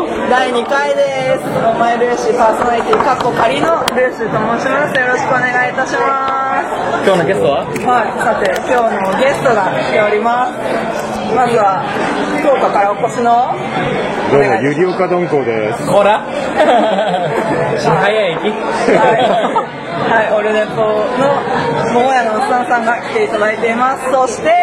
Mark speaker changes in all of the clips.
Speaker 1: 第2回です。お前ルーシーパーソナリティ、カッコ仮のルーシーと申します。よろしくお願いいたします。
Speaker 2: 今日のゲストは
Speaker 1: はい、さて、今日のゲストが来ております。まずは、福岡からお越しの、
Speaker 3: どうも、ゆりおかどんこうです。
Speaker 2: こら 新早駅
Speaker 1: はい、はい、オルネポの桃屋のおっさんさんが来ていただいています。そして、は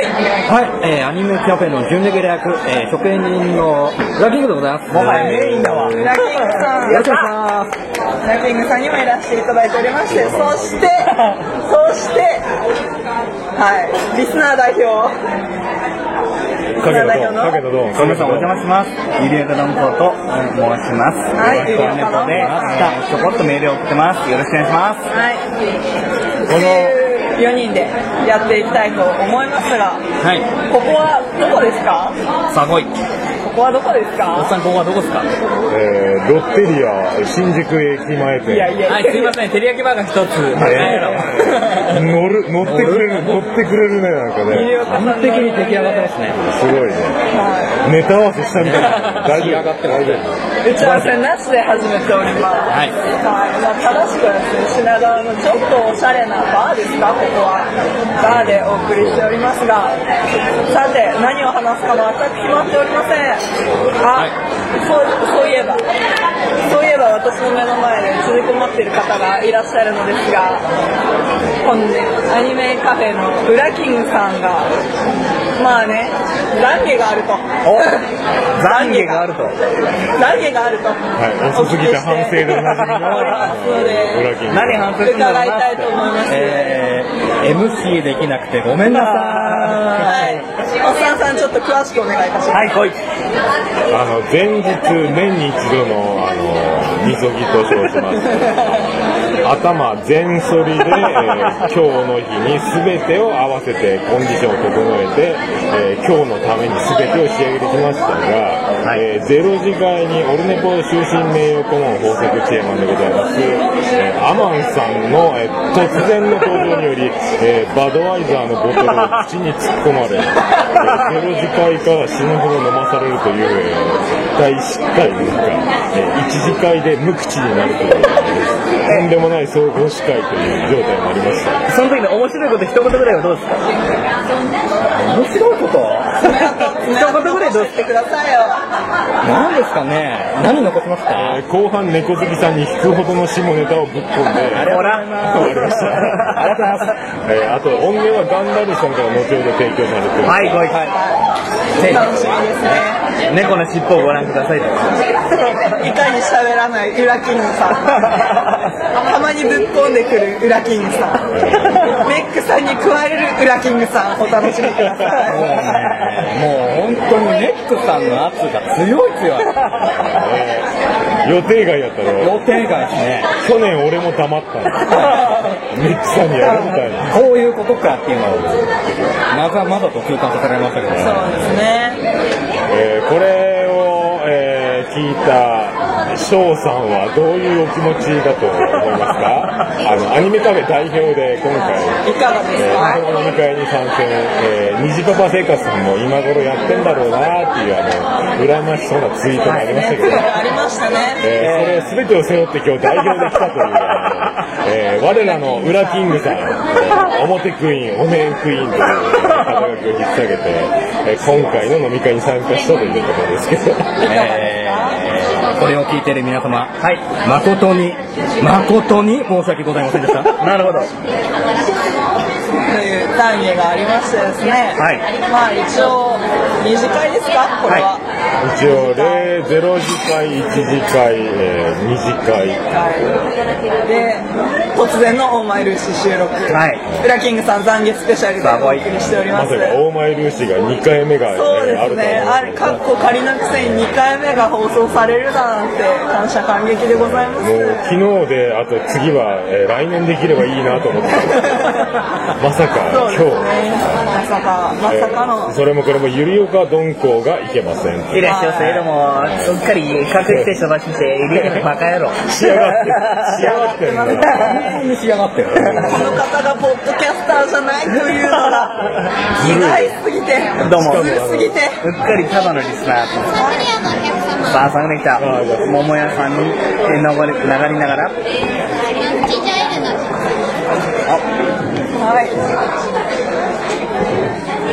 Speaker 1: い、
Speaker 2: はい、えー、アニメキャフェの準レギュラー役、えー、職員のラキングでございますもはやメインだわよ
Speaker 1: ラキングさん。
Speaker 2: ろしくお願いします
Speaker 1: ラキングさんにもいらしていただいておりまして、そして、そして、はい、リスナー代表、リスナー代表の、
Speaker 3: 影のどん。
Speaker 2: 皆さんお邪魔しますゆりやかどんこと申します
Speaker 1: はいゆりやかどん
Speaker 2: 猫でちょこっとメールを送ってますよろしくお願いします
Speaker 1: はい、
Speaker 2: この
Speaker 1: 4人でやっていきたいと思いますが、
Speaker 2: はい
Speaker 1: ここはどこですか
Speaker 2: さあ来い
Speaker 1: ここはどこです
Speaker 2: おっ
Speaker 1: か
Speaker 2: さんここはどこですか
Speaker 3: えー、ロッテリア新宿駅前店。
Speaker 1: いやいや、
Speaker 2: はいすいません照り焼きバーガー一つ
Speaker 3: えー乗る、乗ってくれる、乗ってくれるね、なんかね。
Speaker 2: 完璧に出来上がってますね
Speaker 3: すごいね。ネタ合わせしたみたいな。大丈夫。大丈
Speaker 1: 打ち合わせなしで始めております。はいい、じゃあ正しくはですね、品川のちょっとおしゃれなバーですか、ここは。バーでお送りしておりますが、さて、何を話すか全く決まっておりません。あ、
Speaker 2: はい
Speaker 1: そう、そういえば、そういえば私の目の前で閉じこもっている方がいらっしゃるのですが、本日、アニメカフェのウラキングさんが、まあね、懺悔があると。
Speaker 2: お懺悔があると
Speaker 1: 懺悔があると。
Speaker 3: はい遅すぎて反省でおなじみの
Speaker 1: そう
Speaker 3: 夫。裏
Speaker 1: で
Speaker 3: 切り。
Speaker 2: 何反省するんだろうな
Speaker 1: 伺
Speaker 2: って
Speaker 1: いたいと思います
Speaker 2: えー、MC できなくてごめんなさ
Speaker 1: はいい。おっさんさん、ちょっと詳しくお願いいたします。
Speaker 2: はい来い
Speaker 3: あの、前日、年に一度の、あの、みそぎと称します。頭全反りで、えー今日の日に全てを合わせてコンディションを整えて、えー今日のために全てを仕上げてきましたが、えーゼロ時外にオルネポ終身名誉顧問法則チェアマンでございます、えーアマンさんの、えー突然の登場により、えーバドワイザーのボトルを口に突っ込まれ、えーゼロ次会から死ぬほど飲まされるという、えー大失態ですか、えー一次会で無口になるという、えーとんでもない総合司会という状態もありました。
Speaker 2: その時の面白いこと一言ぐらいはどうですか面白いこと一言ぐらいどうです
Speaker 1: してくださいよ。
Speaker 2: か何ですかね何残しますか
Speaker 3: えー後半猫好きさんに引くほどの下ネタをぶっ込んで、
Speaker 2: ほら
Speaker 3: 終わりました。
Speaker 2: ありがとうございます
Speaker 3: えーあと音源はガンダルさんから後ほど提供されてる
Speaker 2: はい来いぜ
Speaker 1: 楽しみですね。
Speaker 2: ひ猫の尻尾をご覧くださいと
Speaker 1: いかに喋らない裏キング さん。たまにぶっ込んでくる裏キングさん。メックさんに加える裏キングさん、お楽しみくだ
Speaker 2: もう
Speaker 1: さい。
Speaker 2: ねもう本当にネックさんの圧が強い強い
Speaker 3: えー予定外やったろ
Speaker 2: 予定外ですね
Speaker 3: 去年俺も黙ったのミックさんにやるみたいな
Speaker 2: こういうことかっていうのをまだまだと痛感させられましたけどね
Speaker 1: そうですね。
Speaker 3: えーこれを、えー聞いた翔さんはどういうお気持ちだと思いますかあのアニメカフェ代表で今回
Speaker 1: いかがで
Speaker 3: え
Speaker 1: す
Speaker 3: ー、
Speaker 1: か
Speaker 3: この飲み会に参戦、えー、虹パパ生活さんも今頃やってんだろうなっていう、あの、羨ましそうなツイートがありましたけど、
Speaker 1: ありましたね。
Speaker 3: えーそれ全てを背負って今日代表で来たという、あのえー我らの裏キングさん、えー表クイーン、お面クイーンという肩書きを引っ提げて、えー今回の飲み会に参加したということですけど、
Speaker 2: えーこれを聞いている皆様、はい、誠に、誠に申し訳ございませんでした。なるほど。
Speaker 1: という単位がありましてですね、
Speaker 2: はい
Speaker 1: まあ一応二次会ですかこれは、
Speaker 3: 一応、0次会、1次会、え2次会、
Speaker 1: はいで突然の「オーマイルーシ」収録、
Speaker 2: はい
Speaker 1: 裏キングさん懺悔スペシャルでお送りしておりま
Speaker 3: ますさかオーマイルーシーが2回目が、
Speaker 1: そう
Speaker 3: えー
Speaker 1: で
Speaker 3: ある
Speaker 1: すね、あれ、
Speaker 3: とは思うんです
Speaker 1: かっこ仮なくせに2回目が放送されるだなんて、感謝感激でございます
Speaker 3: もう。昨日で、あと次は、えー来年できればいいなと思ってたんですけどまさか
Speaker 1: そうですね
Speaker 3: 今日、、
Speaker 1: まさか、まさかの
Speaker 3: えー、それもこれもゆりおか鈍行がいけません
Speaker 4: いらっしゃいませ。どうも、すっかり隠してしまして、いりバカ野郎。
Speaker 3: 仕上がってる仕上がってるんだな
Speaker 2: こんに仕上がってる。
Speaker 1: この方がポッドキャスターじゃないというの が、意外すぎて、
Speaker 4: どうも
Speaker 1: ずるすぎて。
Speaker 4: うっかりただのリスナーと。
Speaker 5: 今夜のお客様
Speaker 2: さあ、下がってきた。桃屋さんに流れ流れながら、
Speaker 5: ジンジャーエールの
Speaker 1: はい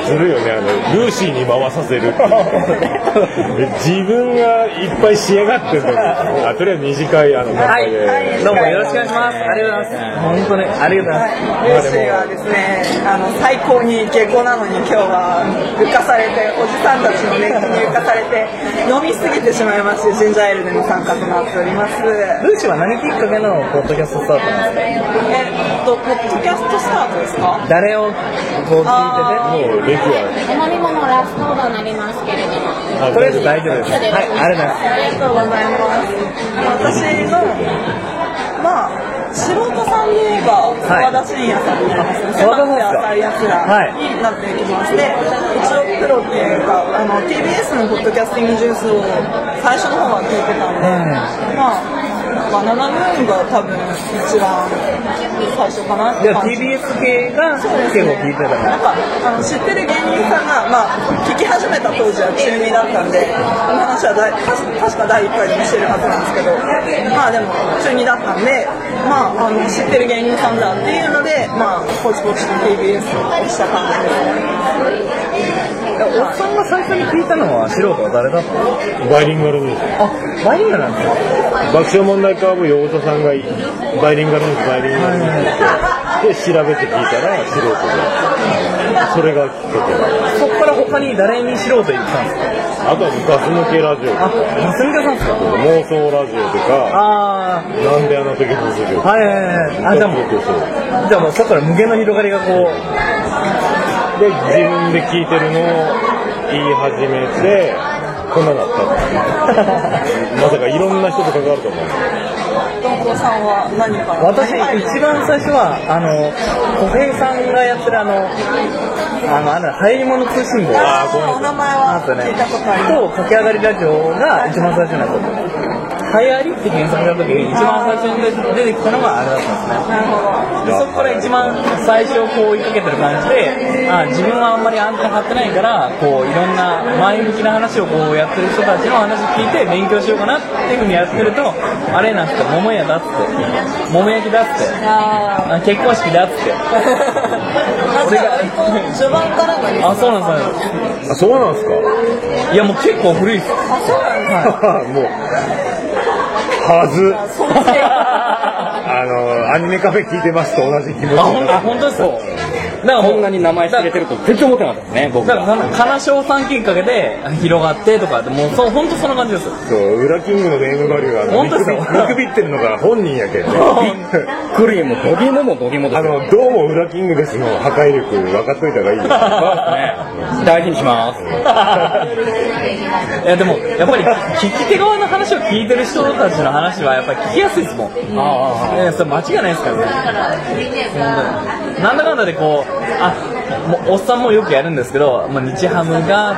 Speaker 3: ずるいよねあのルーシーに回させるっていう自分がいっぱい仕上がってるのにあとりあえず二次会あの乾杯で、
Speaker 1: はい
Speaker 2: どうもよろしくお願いします。ありがとうございます。本当に、ありがとうございます。
Speaker 1: ルーシーはですね、あの最高に下校なのに今日は浮かされて、おじさんたちの熱気に浮かされて、飲みすぎてしまいまして、ジンジャーエールでの参加となっております。
Speaker 2: ルーシーは何きっかけのポッドキャストスタートなんで
Speaker 1: え
Speaker 2: す
Speaker 1: っと、ポッドキャストスタートですか
Speaker 2: か誰をこう聞いて
Speaker 3: もう歴は
Speaker 5: お飲み物ラストオーダーになりますけれども。
Speaker 3: あ
Speaker 2: て、とりあえず大丈夫です。はい、ありがとうございま
Speaker 1: ありがとうございます。
Speaker 2: す。
Speaker 1: 私の、まあ、素人さんで言えば、
Speaker 2: い
Speaker 1: 沢田信也さんになりますね。
Speaker 2: 沢田さんですか
Speaker 1: 浅いやつ
Speaker 2: は
Speaker 1: ら
Speaker 2: い
Speaker 1: になっていきまして、一応プロっていうか、あの、TBS のポッドキャスティングジュースを最初の方は聞いてたんで、まあ、バナナムーンが多分一番最初かなって
Speaker 2: で
Speaker 1: 感
Speaker 2: は
Speaker 1: じ
Speaker 2: TBS 系が結構聞いてたか
Speaker 1: な
Speaker 2: ら
Speaker 1: んかあの知ってる芸人さんが、まあ、聞き始めた当時は中二だったんでこの話はだい確確か第1回でもしてるはずなんですけどまあでも中二だったんで、まあ、あの知ってる芸人さんだっていうのでまあポチポチと TBS をした感じですね
Speaker 2: おっさんが最初に聞いたのは素人は誰だったの
Speaker 3: バイリンガルニュー
Speaker 2: あ
Speaker 3: ス
Speaker 2: バイリンガルなんですか
Speaker 3: 爆笑問題カーブ陽子さんがバイリンガルニュースバイリンガルニュースってで調べて聞いたら素人でそれがきっかけだ
Speaker 2: そこから他に誰に素人言ったんですか
Speaker 3: あとはガス抜けラジオと
Speaker 2: あ
Speaker 3: か
Speaker 2: 霞田さんですか
Speaker 3: 妄想ラジオとか
Speaker 2: あ
Speaker 3: なんであの時の授業
Speaker 2: あはいはいはいはいあじゃあもう
Speaker 3: で
Speaker 2: じゃあもうそこから無限の広がりがこ
Speaker 3: 自分で聞いてるのを言い始めてこんなだったっていうまさかいろんな人と関わると思う
Speaker 1: どんこさんは何か
Speaker 2: う私
Speaker 1: はい
Speaker 2: 一番最初はあの小平さんがやってるあのあのあの流行り物通信簿
Speaker 1: あ
Speaker 3: ごめんなさい
Speaker 1: ーお名前
Speaker 2: あ
Speaker 1: は
Speaker 2: とね
Speaker 1: 聞いたことあります
Speaker 2: と駆け上がりラジオが一番最初なんですよ流行りって検索した時に一番最初に出てきたのがあれだったん
Speaker 1: なるほど
Speaker 2: ですねでそこから一番最初こう追いかけてる感じで、あ自分はあんまりアンテナ張ってないから、こういろんな前向きな話をこうやってる人たちの話聞いて勉強しようかなっていうふうにやってると、あれなんつって、桃屋だっつって、桃焼きだっつって、
Speaker 1: あ
Speaker 2: あ結婚式だ っつ
Speaker 1: ー
Speaker 2: って、
Speaker 1: あじゃあ割と序盤からなんですか
Speaker 2: あ、そうなんですそうなん
Speaker 3: あそうなんです
Speaker 2: で
Speaker 3: か
Speaker 2: すいやもう結構古いっす。
Speaker 1: あそうなんですか
Speaker 3: もうはず
Speaker 2: あ、
Speaker 3: あのアニメカフェ聞いてますと同じ気持ちにな
Speaker 2: 本
Speaker 3: る
Speaker 2: 当本当ですよ。だからもう
Speaker 6: こんなに名前知れてると全然思ってなかったですね、僕
Speaker 2: だから
Speaker 6: が。
Speaker 2: その金賞さんきっかけで広がってとかでもうそう本当そんな感じですよ
Speaker 3: そう、裏キングのネームバリューはあの
Speaker 2: 本当ですよ
Speaker 3: 見くび見くびってるのが本人やけんね。
Speaker 6: クリーム、ドギモもドギモで
Speaker 3: あ
Speaker 6: すよ。
Speaker 3: の、どうも裏キングですの破壊力分かっといた方がいいよ。
Speaker 6: ね大事にし ます。
Speaker 2: いやでもやっぱり聞き手側の話を聞いてる人たちの話はやっぱり聞きやすいですもん、い
Speaker 6: あ
Speaker 2: やそれ間違いないですからね本当になんだかんだでこうあもうおっさんもよくやるんですけどもう日ハムが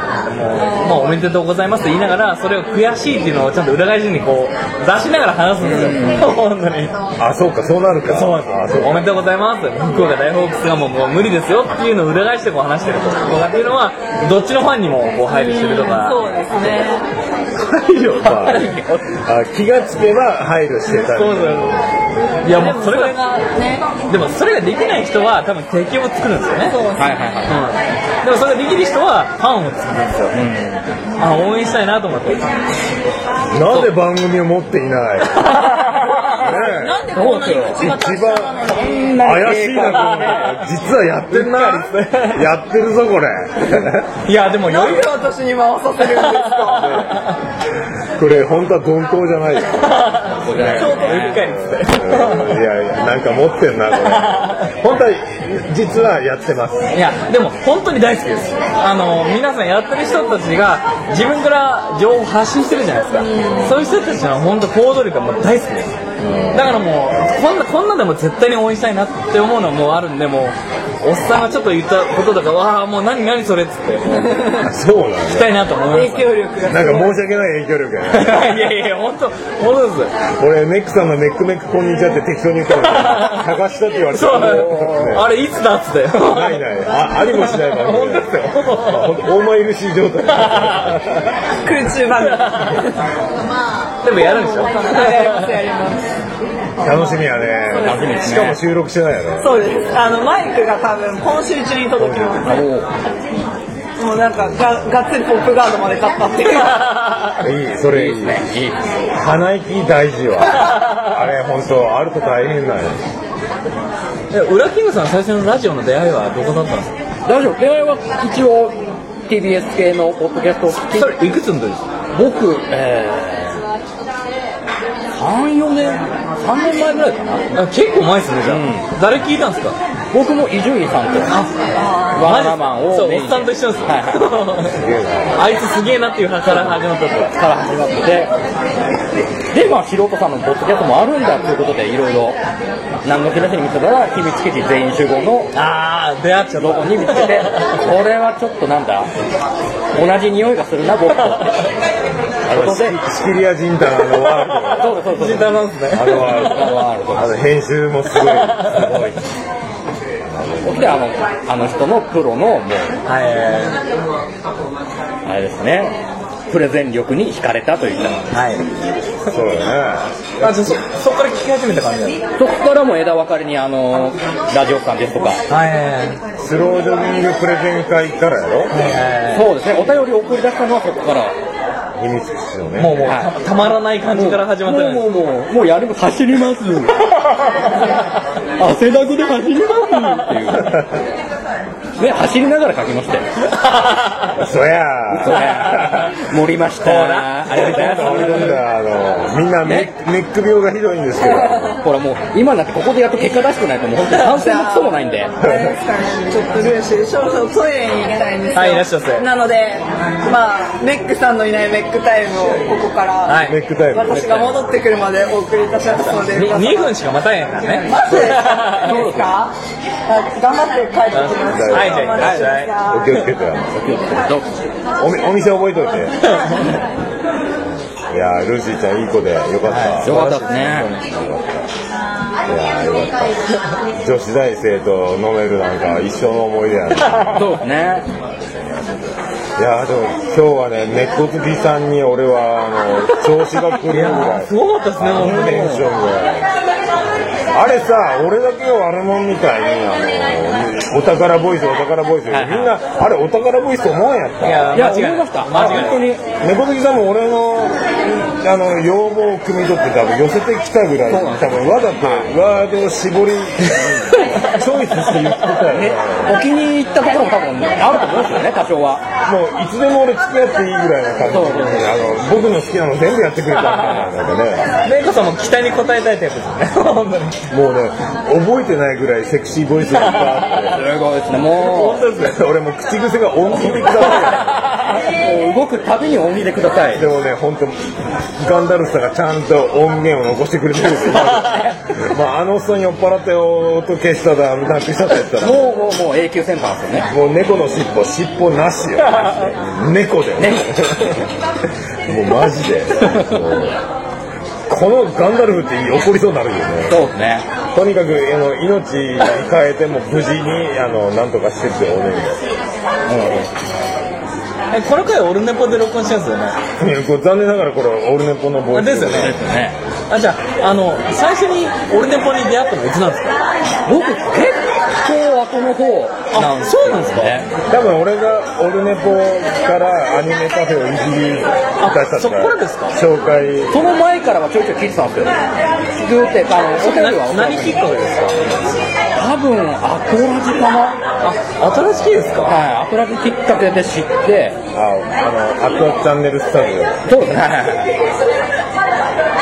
Speaker 2: もうもうおめでとうございますと言いながらそれを悔しいっていうのをちゃんと裏返しにこう出しながら話すんですよ、 本当に
Speaker 3: あ、そうか、そうなるか。
Speaker 2: そうなん
Speaker 3: あ、
Speaker 2: で
Speaker 3: そ
Speaker 2: す
Speaker 3: う
Speaker 2: よおめでとうございます福岡大ホークスがもうもう無理ですよっていうのを裏返してこう話してるとかっていうのはどっちのファンにもこう配慮してるとか
Speaker 1: そうですね
Speaker 2: 配慮
Speaker 3: まああ気がつけば配慮してた
Speaker 2: そうそう
Speaker 3: り。
Speaker 2: そういやもうそれが
Speaker 1: ね
Speaker 2: でもそれができない人は多分敵を作るんですよね
Speaker 1: そう
Speaker 6: はいはいはい。
Speaker 2: うん、でもそれができる人はファンを作るんですよ、あ応援したいなと思って
Speaker 3: なんで番組を持っていないね
Speaker 1: なんでこんなに口が達者なのに
Speaker 3: え怪しいな、この実はやってんな。やってるぞ、これ。
Speaker 2: いやでも
Speaker 1: な
Speaker 2: 余
Speaker 1: ん
Speaker 2: 裕
Speaker 1: で私に回させるんですか
Speaker 3: これ、本当は鈍行じゃないよ。
Speaker 2: 相当深いですね
Speaker 3: うんいやいや、なんか持ってんな、これ。本当は、実はやってます。
Speaker 2: いやでも本当に大好きですあの皆さんやってる人たちが自分から情報発信してるじゃないですか、そういう人たちの本当行動力がもう大好きです、だからもうこんなこんなでも絶対に応援したいなって思うのもあるんでもう
Speaker 4: おっさんがちょっと言ったこととかわあもう何何それっつ って
Speaker 3: そうなん
Speaker 4: 聞き
Speaker 3: だ
Speaker 4: たいなと思
Speaker 1: 影
Speaker 4: いまし
Speaker 1: 響力が
Speaker 3: なんか申し訳ない影響力やね
Speaker 4: た いやいやいや本当本当です
Speaker 3: 俺メックさんのメックメックこんにちはって適当に言ったのに探したって言われた
Speaker 4: そう、
Speaker 3: らもうね
Speaker 4: あれいつだっつって
Speaker 3: ないないあありもしないから
Speaker 4: 本当ですよ
Speaker 3: オーマイルシー状態
Speaker 1: 空中番組
Speaker 4: でもやるんでしょ
Speaker 1: やりますやります
Speaker 3: 楽しみやね
Speaker 2: 楽しみですね
Speaker 3: しかも収録してないよね
Speaker 1: そうですあのマイクが多分今週中に届きますもうなんかががっつりポップガードまで買ったっていう
Speaker 3: いいそれいい
Speaker 2: いいですね
Speaker 3: 鼻息大事よあれ本当あると大変なんよ
Speaker 4: えウラキングさん最初のラジオの出会いはどこだったんですか
Speaker 7: 大丈夫恋愛は一応 TBS 系のポッドキャストを聞き
Speaker 4: それいくつの時ですか
Speaker 7: 僕えー、34年3年前ぐらいかな
Speaker 4: あ結構前ですねじゃあ、誰聞いたんですか
Speaker 7: 僕も伊集院さんとバナナマンを
Speaker 4: そう
Speaker 7: メ
Speaker 4: お
Speaker 7: イン
Speaker 4: っさんと一緒ですよ、
Speaker 7: はいは
Speaker 3: すげえな
Speaker 4: あいつすげえなっていう派から始まったと
Speaker 7: いから始まってでまあ素人さんのポッドキャストもあるんだということでいろいろ何の気なしに見てたら秘密基地全員集合の
Speaker 4: ああ出会っちゃ
Speaker 7: どこに見つ けてこれはちょっとなんだ同じ匂いがする な僕と
Speaker 3: あの
Speaker 7: ことで
Speaker 3: シシキリア人団のワール
Speaker 7: そうだそうだそう
Speaker 4: 人
Speaker 7: だ
Speaker 4: だなんですね
Speaker 3: ドあのワール
Speaker 7: あのワール
Speaker 3: ド
Speaker 7: ド
Speaker 3: あの編集もすごい
Speaker 7: であのあの人のプロのもう
Speaker 4: はい
Speaker 7: あれですねプレゼン力に惹かれたといった
Speaker 4: はい
Speaker 3: そうだね
Speaker 4: あじゃあそそこから聞き始めた感じなんです
Speaker 7: そこからも枝分かれにあのラジオさんですとか
Speaker 4: かはいはいはい
Speaker 3: スロージョギングプレゼン会からやろ
Speaker 7: そうですねお便りを送り出したのはそこから
Speaker 3: 秘密基地のね
Speaker 4: もうもう
Speaker 7: は
Speaker 4: たたまらない感じから始まったじゃないです
Speaker 7: もうもうもうもうやる走ります汗だくで走りますっていうね走りながら書きましたよ
Speaker 3: そや
Speaker 7: そりゃ盛りましたありがとうございます
Speaker 3: あのみんなネックネック病がひどいんですけど
Speaker 7: ほらもう今なんてここでやっと結果出してないともう本当に反省もクソもないんで
Speaker 1: あれですかねちょっとルーシーそろそろトイレに行きたいんですよ
Speaker 4: はいいらっしゃいませ
Speaker 1: なのでまあメックさんのいないメックタイムをここから、
Speaker 4: はい
Speaker 3: ネックタイム
Speaker 1: 私が戻ってくるまでお送りいたしますので
Speaker 4: に
Speaker 1: 皆さん
Speaker 4: 2分しか待たへんからね
Speaker 1: マジですかあ頑張って帰ってきます
Speaker 4: はいじゃあいらっしゃい
Speaker 3: お気をつけておみお店覚えとい ていやールーシーちゃんいい子でよかった、
Speaker 7: よかったですね
Speaker 3: い、やーよかった女子大生と飲めるなんか一生の思い出やない
Speaker 7: そうですね
Speaker 3: やーでも今日はね猫好きさんに俺はあの調子が狂うぐらい
Speaker 4: すごかったですねもう
Speaker 3: テンションがあれさ俺だけが悪者みたいにあのお宝ボイスお宝ボイスみんなあれお宝ボイスと思うんやっ
Speaker 4: い
Speaker 3: た
Speaker 4: や
Speaker 7: いや
Speaker 4: 間違い
Speaker 7: 思
Speaker 4: な
Speaker 7: いま
Speaker 4: い
Speaker 7: した
Speaker 4: 間違いない
Speaker 7: 本当に
Speaker 3: 猫好きさんも俺のあの要望を汲み取って多分寄せてきたぐらい多分わざとワードを絞りチョイスして言ってたよね
Speaker 7: ねお気に入ったところも多分あると思うんですよね多少は
Speaker 3: もういつでも俺付き合っていいぐらいな感じであの僕の好きなの全部やってくれたみたいななんかね
Speaker 4: メイコさんも期待に応えたいタイプですよね 本当に
Speaker 3: もうね覚えてないぐらいセクシーボイスがいっぱいあって。
Speaker 7: すごいですねも
Speaker 3: 俺もう口癖が音符でくださ
Speaker 7: うもう動くたびに鬼でください
Speaker 3: いでもね本当ガンダルフさんがちゃんと音源を残してくれてるんですよまああのおっさん酔っ払って音消しただなくしたって言ったら
Speaker 7: もうもうもう永久戦犯ですよね
Speaker 3: もう猫の尻尾尻尾なしよ猫だよもうマジでこのガンダルフって怒りそうになるよね
Speaker 7: そうですね
Speaker 3: とにかくあの命に変えても無事にあのなんとかしてってお願い
Speaker 4: えこの回オルネポで録音してるんですよね
Speaker 3: いやこれ残念ながらこれオールネポのボイス
Speaker 4: ですよね
Speaker 7: ですね
Speaker 4: あじゃああの最初にオルネポに出会ったのいつなんですか
Speaker 7: 僕結構後の方なんですよ
Speaker 4: そうなんですか
Speaker 7: ね
Speaker 3: 多分俺がオルネポからアニメカフェをいじり出した
Speaker 4: あそっからですか
Speaker 3: 紹介
Speaker 7: その前からはちょいちょい聞いてたんですよずーってあのお便りは
Speaker 4: な何きっかけですか
Speaker 7: 多分アコラジかな
Speaker 4: あ新しいですか
Speaker 7: はいアコラジきっかけで知って
Speaker 3: ああのアクアチャンネルスタジオ
Speaker 7: そうですね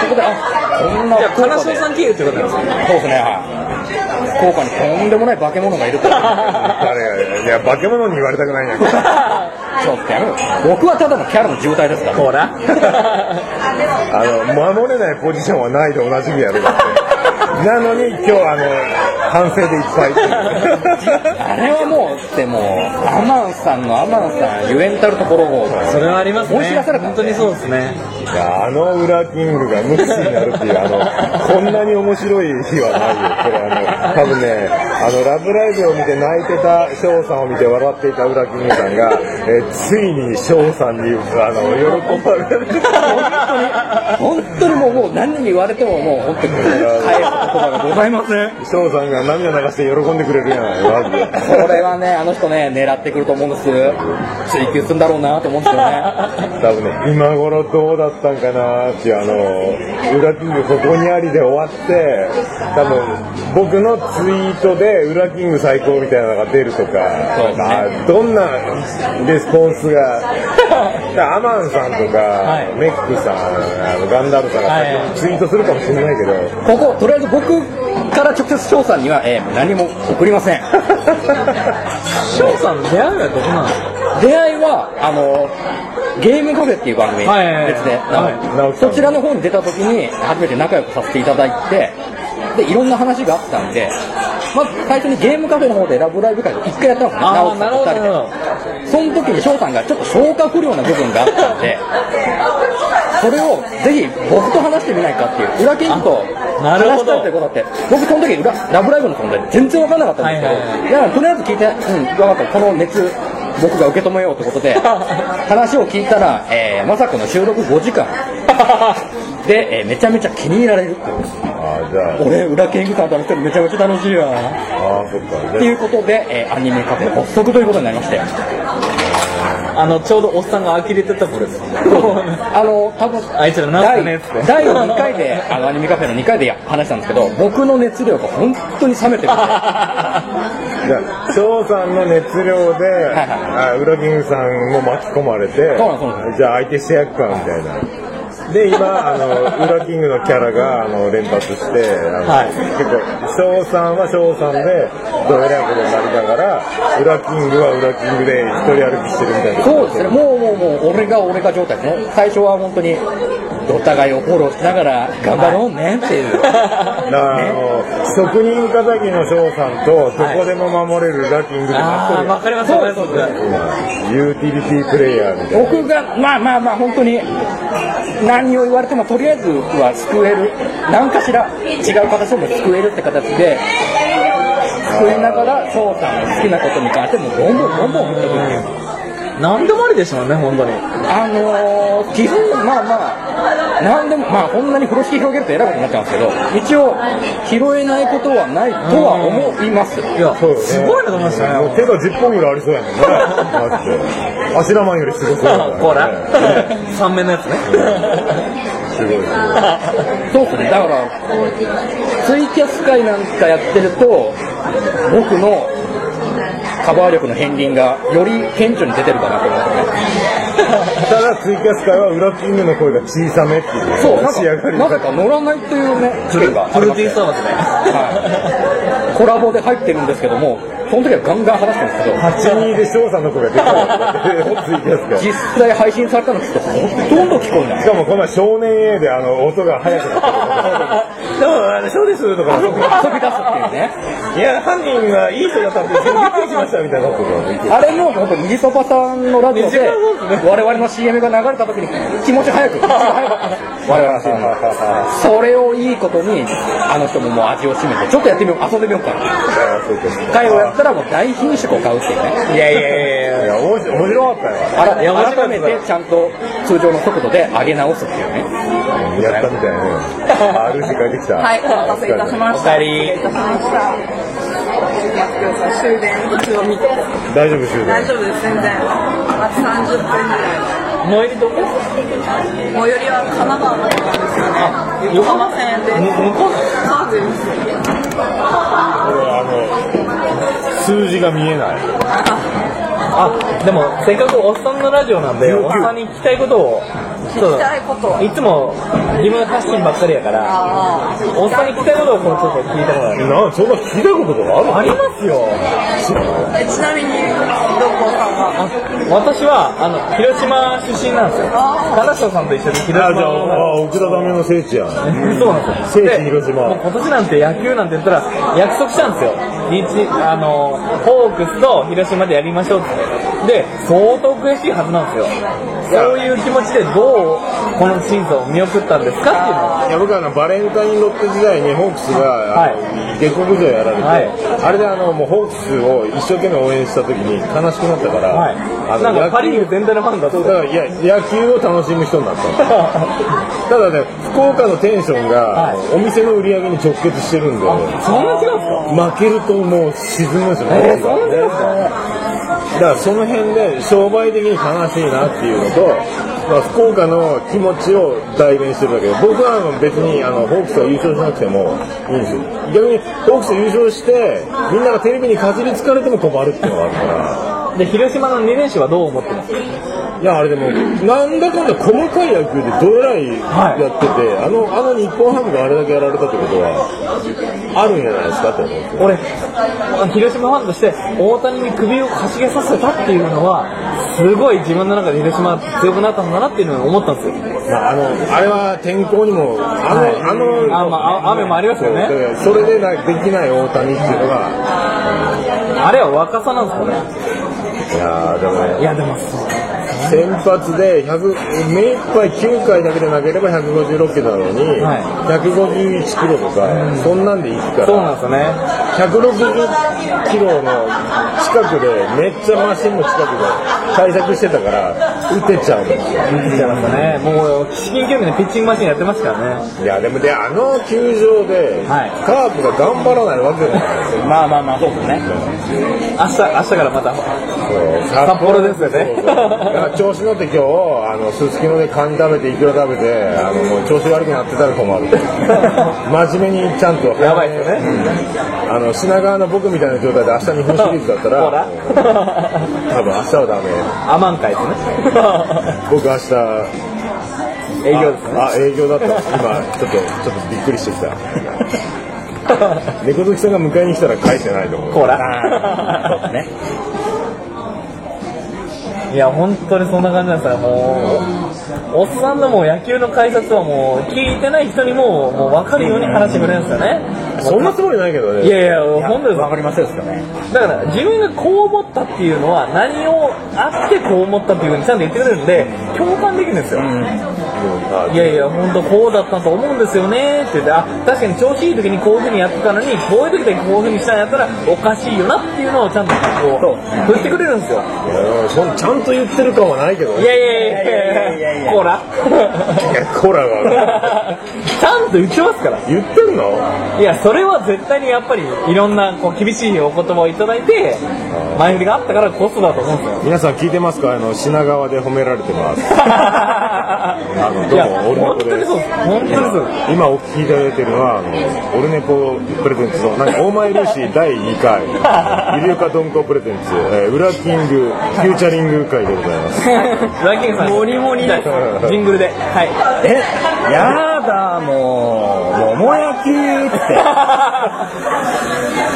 Speaker 7: そこであこんな
Speaker 4: じゃあ
Speaker 7: 福岡
Speaker 4: 金
Speaker 7: で
Speaker 4: 城さん経由ってことなんですか
Speaker 7: そうですねはい福岡にとんでもない化け物がいる とは
Speaker 3: 誰がいや化け物に言われたくないんやけど
Speaker 7: ちょっとやめろ僕はただのキャラの渋滞ですから
Speaker 4: ほら
Speaker 3: あの守れないポジションはないでおなじみやろだってなのに今日あの反省でいっぱいっていう
Speaker 7: あれはもうだってもうアマンさんのアマンさんゆえんたるところを
Speaker 4: それはありますね
Speaker 7: 思い知らされた
Speaker 4: 本当にそうですね
Speaker 3: いやあの裏キングが無視になるっていうあのこんなに面白い日はないよこれあの多分ねあの「ラブライブ!」を見て泣いてた翔さんを見て笑っていた裏キングさんが、えーついに翔さんにあの喜ばれる
Speaker 7: 本当にもうもう何に言われてももう本当に返す言葉がございません
Speaker 3: 翔さんが涙流して喜んでくれるやないマジで
Speaker 7: これはねあの人ね狙ってくると思うんです追求するんだろうなと思うんですよね
Speaker 3: 多分ね今頃どうだったんかなっていうあの「裏キングここにあり」で終わって多分僕のツイートで「裏キング最高」みたいなのが出るとか
Speaker 7: そう
Speaker 3: なんかどんなレスポンスが アマンさんとか、
Speaker 4: い
Speaker 3: メックさんあのガンダムさんが
Speaker 4: はい
Speaker 3: ツイートするかもしれないけど、
Speaker 7: ここ、とりあえず僕から直接翔さんには、えー何も送りません。
Speaker 4: 翔さん出会いはどこなんですか
Speaker 7: 出会いは、あのゲームカフェっていう番組、別で、
Speaker 4: はいはいはい
Speaker 3: はい
Speaker 7: そちらの方に出た時に、初めて仲良くさせていただいて、で、いろんな話があったんで、まず最初にゲームカフェの方でラブライブ会を一回やったのかな、
Speaker 4: あ
Speaker 7: 直
Speaker 4: あ
Speaker 7: 樹
Speaker 4: な
Speaker 7: さ
Speaker 4: るほどな
Speaker 7: んと二
Speaker 4: るほ
Speaker 7: 人で。その時に翔さんがちょっと消化不良な部分があった んで、それをぜひ僕と話してみないかっていう、裏キングと
Speaker 4: あなる
Speaker 7: 話
Speaker 4: ほ
Speaker 7: した
Speaker 4: ど
Speaker 7: いということだって、僕その時裏、ラブライブの存在全然わかんなかったんですけ
Speaker 4: は
Speaker 7: ど、
Speaker 4: いはいは
Speaker 7: だからとりあえず聞いて、うん、分かった、この熱、僕が受け止めようということ で、話を聞いたら、えー、まさこの収録5 時間で、えーめちゃめちゃ気に入られるっていう
Speaker 3: ああじゃ
Speaker 7: 俺、裏キングさんと話してるのめちゃめちゃ楽しいわ。
Speaker 3: ああーそっか
Speaker 7: っていうことで、えーアニメカフェ発足ということになり まして。
Speaker 4: あのちょうどおっさんが呆れてた頃です
Speaker 7: あの多分
Speaker 4: あいつらなんすかねっつって
Speaker 7: 第第2回であのアニメカフェの2回で話したんですけど僕の熱量が本当に 冷めてるんで
Speaker 3: じゃあ翔さんの熱量で、
Speaker 7: いは
Speaker 3: あウラキングさんも巻き込まれて
Speaker 7: そうなんそうなん
Speaker 3: じゃあ相手してやっかみたいなで今あのウラキングのキャラがあの連発してあの、
Speaker 4: はい
Speaker 3: 結構翔さんは翔さんでどえらいことになりながらウラキングはウラキングで一人歩きしてるみたいな
Speaker 7: そうですねもうもうもう俺が俺が状態ですね最初は本当にお互いをフォローしながら頑張ろうねっていう、
Speaker 3: だからあの職人かたぎの翔さんとどこでも守れるウラキングで
Speaker 4: あ
Speaker 3: 待
Speaker 4: あ
Speaker 3: っ
Speaker 4: 分かります
Speaker 7: そう
Speaker 4: 分
Speaker 7: で
Speaker 4: か
Speaker 7: す
Speaker 4: ります
Speaker 3: てるユーティリティプレイヤーみたいな
Speaker 7: 僕がまあまあまあ本当に何を言われてもとりあえずは救える何かしら違う形でも救えるって形で救いながら翔さんの好きなことに関してもボンボンボンボン振ってくっていう
Speaker 4: 何でもありでしょうね本当に
Speaker 7: あのー、基本、まあまあ、なんでも、まあ、こんなに風呂敷広げると偉いことになっちゃうんですけど、一応、拾えないことはないとは思います。
Speaker 4: いや
Speaker 3: そうよね
Speaker 4: すごいなと思いました
Speaker 3: もう
Speaker 4: ね
Speaker 3: 手が10本ぐらいありそうやもんね。マジで。アシラマンよりすごそうだからね
Speaker 4: ほら3面のやつね
Speaker 3: すごいすごい。
Speaker 7: そうですね。だから、ツイキャス会なんかやってると、僕のカバー力の片鱗がより顕著に出てるかなと思ってます。
Speaker 3: ただ、ツイキャス界は裏キングの声が小さめっていう。
Speaker 7: そう、なん
Speaker 3: 仕上が
Speaker 7: か、
Speaker 3: り
Speaker 7: なぜか乗らないというね、プレーがあ
Speaker 4: フ
Speaker 7: り
Speaker 4: ル
Speaker 7: まし
Speaker 4: ティー
Speaker 7: て
Speaker 4: サーバー
Speaker 7: はい。コラボで入ってるんですけども、その時はガンガン話してるんですけ
Speaker 3: 8人で
Speaker 7: ど、
Speaker 3: 翔さんの声がでかい。ツイキャス界。
Speaker 7: 実際配信されたの聞くとほとんど聞こえな
Speaker 3: し
Speaker 7: い
Speaker 3: かもこの前少年 A であの音が速くなった。でもあれそうですとか。
Speaker 7: 遊び出すっていうね
Speaker 3: いや犯人がいい人だったんでびっくりしましたみたいなことが。
Speaker 7: あれも本当にみそばさんのラジオで我々の CM が流れた時に気持ち早く口が早かったんですよ我々 の CM がそれをいいことにあの人ももう味を占めてちょっとやってみよう遊んでみようか会をやったらもう大品種を買うっていうね
Speaker 4: でいやいやいやいや
Speaker 3: いや面白面白かったよ。
Speaker 7: あら
Speaker 4: いや面白か
Speaker 7: 改
Speaker 4: った
Speaker 7: めてちゃんと通常の速度で上げ直すっていうね
Speaker 3: やったみたいね。あ RC 帰ってきた。
Speaker 1: はい、お待たせいたしました。
Speaker 4: お帰り
Speaker 1: 失礼いたしました。マスクさん終電一応見て。
Speaker 3: 大丈夫、終
Speaker 1: 大
Speaker 3: 電。
Speaker 1: 丈夫です、全然。あと30分ぐ
Speaker 4: 最寄りどこ
Speaker 1: らい。最寄りは神奈川の方なんですよね。横浜線で。
Speaker 4: 向こう
Speaker 1: そうです。
Speaker 3: これはあの、数字が見えない。
Speaker 4: あでもせっかくおっさんのラジオなんでおっさんに聞きたいことをそう
Speaker 1: 聞きたいこと
Speaker 4: いつも自分発信ばっかりやから
Speaker 1: あー
Speaker 4: おっさんに聞きたいことをこうちょっと聞いてもらえる
Speaker 3: なんそんな聞いたこととかある
Speaker 4: ありますよ
Speaker 1: えちなみにどこさんは
Speaker 4: あ私はあの広島出身なんですよ
Speaker 1: あ
Speaker 4: 金下さんと一緒に広島
Speaker 3: あじゃあ
Speaker 4: の
Speaker 3: あ奥田ダメの聖地やん
Speaker 4: そうなんです
Speaker 3: 聖
Speaker 4: よ
Speaker 3: 地広
Speaker 4: で
Speaker 3: 島
Speaker 4: もう今年なんて野球なんて言ったら約束したんですよ日あのホークスと広島でやりましょうってで相当悔しいはずなんですよそういう気持ちでどうこのシーズンを見送ったんですか
Speaker 3: いや僕はあのバレンタインロッテ時代にホークスが、あの下克上やられて、
Speaker 4: はい
Speaker 3: あれであのもうホークスを一生懸命応援した時に悲しくなったから、
Speaker 4: はい
Speaker 3: あ
Speaker 4: な
Speaker 3: の
Speaker 4: んかパリー
Speaker 3: 野
Speaker 4: グ全体のファンだと
Speaker 3: 球だからいや野球を楽しむ人にな ったのただね福岡のテンションが、
Speaker 4: はい
Speaker 3: お店の売り上げに直結してるんで
Speaker 4: そんな違うんですか
Speaker 3: 負けるともう沈むんですよ、
Speaker 4: え
Speaker 3: 街
Speaker 4: ーそんな違うんですか
Speaker 3: だからその辺で商売的に悲しいなっていうのと、まあ、福岡の気持ちを代弁してるだけで僕はあの別にあのホークスが優勝しなくてもいいんですよ逆にホークス優勝してみんながテレビにかじりつかれても困るっていうのがあるか
Speaker 4: で広島の2連勝はどう思ってます
Speaker 3: らいやあれでもなんだかんだ細かい野球でどえらいやってて、あのあの日本ハムがあれだけやられたってことはあるんじゃないですかって思うんですよ
Speaker 4: 俺広島ファンとして大谷に首をかしげさせたっていうのはすごい自分の中で広島強くなったんだなっていうのを思ったんですよ
Speaker 3: まあ、あのあれは天候にもあの、
Speaker 4: はい
Speaker 3: あの
Speaker 4: あまああ雨もありますよね
Speaker 3: そうだからそれでなできない大谷っていうのが
Speaker 4: あれは若さなんで
Speaker 3: い
Speaker 4: すか
Speaker 3: やーでも
Speaker 4: ねいやでもそう
Speaker 3: 先発で100目いっぱい9回だけで投げれば156キロなのに、
Speaker 4: はい
Speaker 3: 151キロとか、そんなんでいくか
Speaker 4: そう
Speaker 3: ら
Speaker 4: なんですよね
Speaker 3: 160キロの近くでめっちゃマシンの近くで対策してたから打てちゃうんですよ
Speaker 4: 見ちゃいましたねもう至近距離でピッチングマシンやってますからね
Speaker 3: いやでもであの球場で、
Speaker 4: はい
Speaker 3: カープが頑張らないわけがないですよ
Speaker 2: まあまあまあ、そうですね。
Speaker 4: 明日明日からまたは
Speaker 3: 札
Speaker 4: 幌ですよね
Speaker 3: だから調子乗って今日あのすすきのでカニ食べていくら食べてあのもう調子悪くなってたら困る真面目にちゃんと
Speaker 4: やばいですよね
Speaker 3: あの品川の僕みたいな状態で明日日本シリーズだった
Speaker 4: ほ
Speaker 3: ら
Speaker 4: ら
Speaker 3: もう多分明日はダメ
Speaker 4: アマン会ですね
Speaker 3: 僕明日
Speaker 4: 営業ですね
Speaker 3: ああ営業だった今ちょっとちょっとびっくりしてきた 猫好きさんが迎えに来たら帰ってないと思う
Speaker 4: ほ
Speaker 2: あーそう
Speaker 4: ら
Speaker 2: ですね。
Speaker 4: いや本当にそんな感じなんですよもうおっさんのもう野球の解説はもう聞いてない人にももう分かるように話してくれるんですよね
Speaker 3: そんなつもりないけど
Speaker 4: い
Speaker 3: ね
Speaker 4: やいや本当です
Speaker 2: わかりますよね。
Speaker 4: だから自分がこう思ったっていうのは何をあってこう思ったっていうふうにちゃんと言ってくれるんで共感できるんですよ、
Speaker 3: あ
Speaker 4: いやいや本当こうだったと思うんですよねって言ってあ確かに調子いい時にこういうふうにやってたのにこういう時でこういうふうにしたんやったらおかしいよなっていうのをちゃんとこう振ってくれるんですよ
Speaker 3: いやそんちゃんと言ってる感はないけどね
Speaker 4: いやいやいやいやいやこら
Speaker 3: いやコラが
Speaker 4: ちゃんと言ってますから
Speaker 3: 言ってんの
Speaker 4: いやそれは絶対にやっぱりいろんなこう厳しいお言葉をいただいて前振りがあったからこそだと思うんで すよ
Speaker 3: 皆さん聞いてますかあの品川で褒められてます
Speaker 4: あ
Speaker 3: のどうも
Speaker 4: いや
Speaker 3: 俺のこ
Speaker 4: 本当
Speaker 3: とで
Speaker 4: に
Speaker 3: す
Speaker 4: そうです本当にそうで
Speaker 3: 今お聞きいただいてるのはあのオルネポプレゼンツのなんかオーマイルーシー第2回イルカドンコプレゼンツ、えー、ウラキングフューチャリング会でございます
Speaker 4: すランキングさんモリモリジングルでは
Speaker 2: え、やだ、もう、桃焼きって。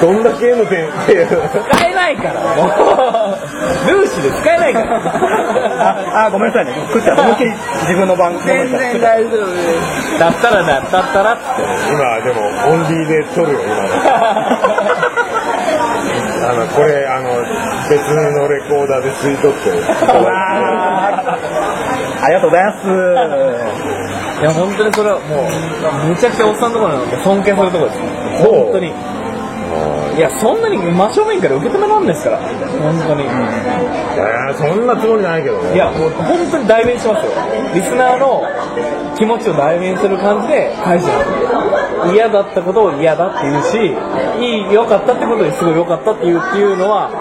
Speaker 3: どんだけの点
Speaker 4: い使えないから もうルーシーで使えないから
Speaker 2: あ、あごめんなさいね。食ったら思いっきり自分の番組。 全然大丈夫です。
Speaker 4: だったらだだったらっ
Speaker 3: 今でもオンリーで撮るよ今あのこれあの別のレコーダーで吸い取って
Speaker 2: うわーありがとうございます。
Speaker 4: ていや本当にそれはもうむちゃくちゃおっさんのところなので尊敬するところです
Speaker 3: そう
Speaker 4: 本当にいやそんなに真正面から受け止めらんないですから本当に
Speaker 3: えーそんなつもりないけどね
Speaker 4: いや、もう本当に代弁しますよ。リスナーの気持ちを代弁する感じで返してます。嫌だったことを嫌だって言うし、いい、良かったってことにすごい良かったって言うっていうのは、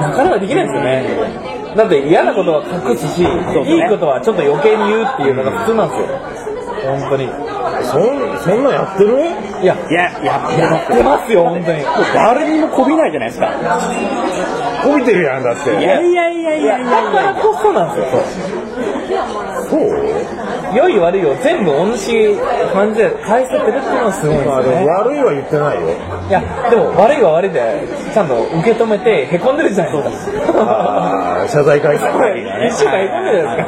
Speaker 4: なかなかできないですよね。だって嫌なことは隠すし、いいことはちょっと余計に言うっていうのが普通なんですよ。本当に
Speaker 3: そんそんなんやってる
Speaker 7: いや、いや、やってますよ、本当に。誰にもこびないじゃないですか。
Speaker 3: こびてるやんだって
Speaker 7: いやいやいやいやい
Speaker 4: だからこそなんですよ
Speaker 3: そう
Speaker 4: 良い悪いを全部同じ感じで返せてるっていうのがすごいんです
Speaker 3: まあ
Speaker 4: よ
Speaker 3: で
Speaker 4: ね
Speaker 3: も悪いは言ってないよ
Speaker 4: いやでも悪いは悪いでちゃんと受け止めてへこんでるじゃないですか
Speaker 3: あー謝罪会見
Speaker 4: 一週間へこんでるじゃない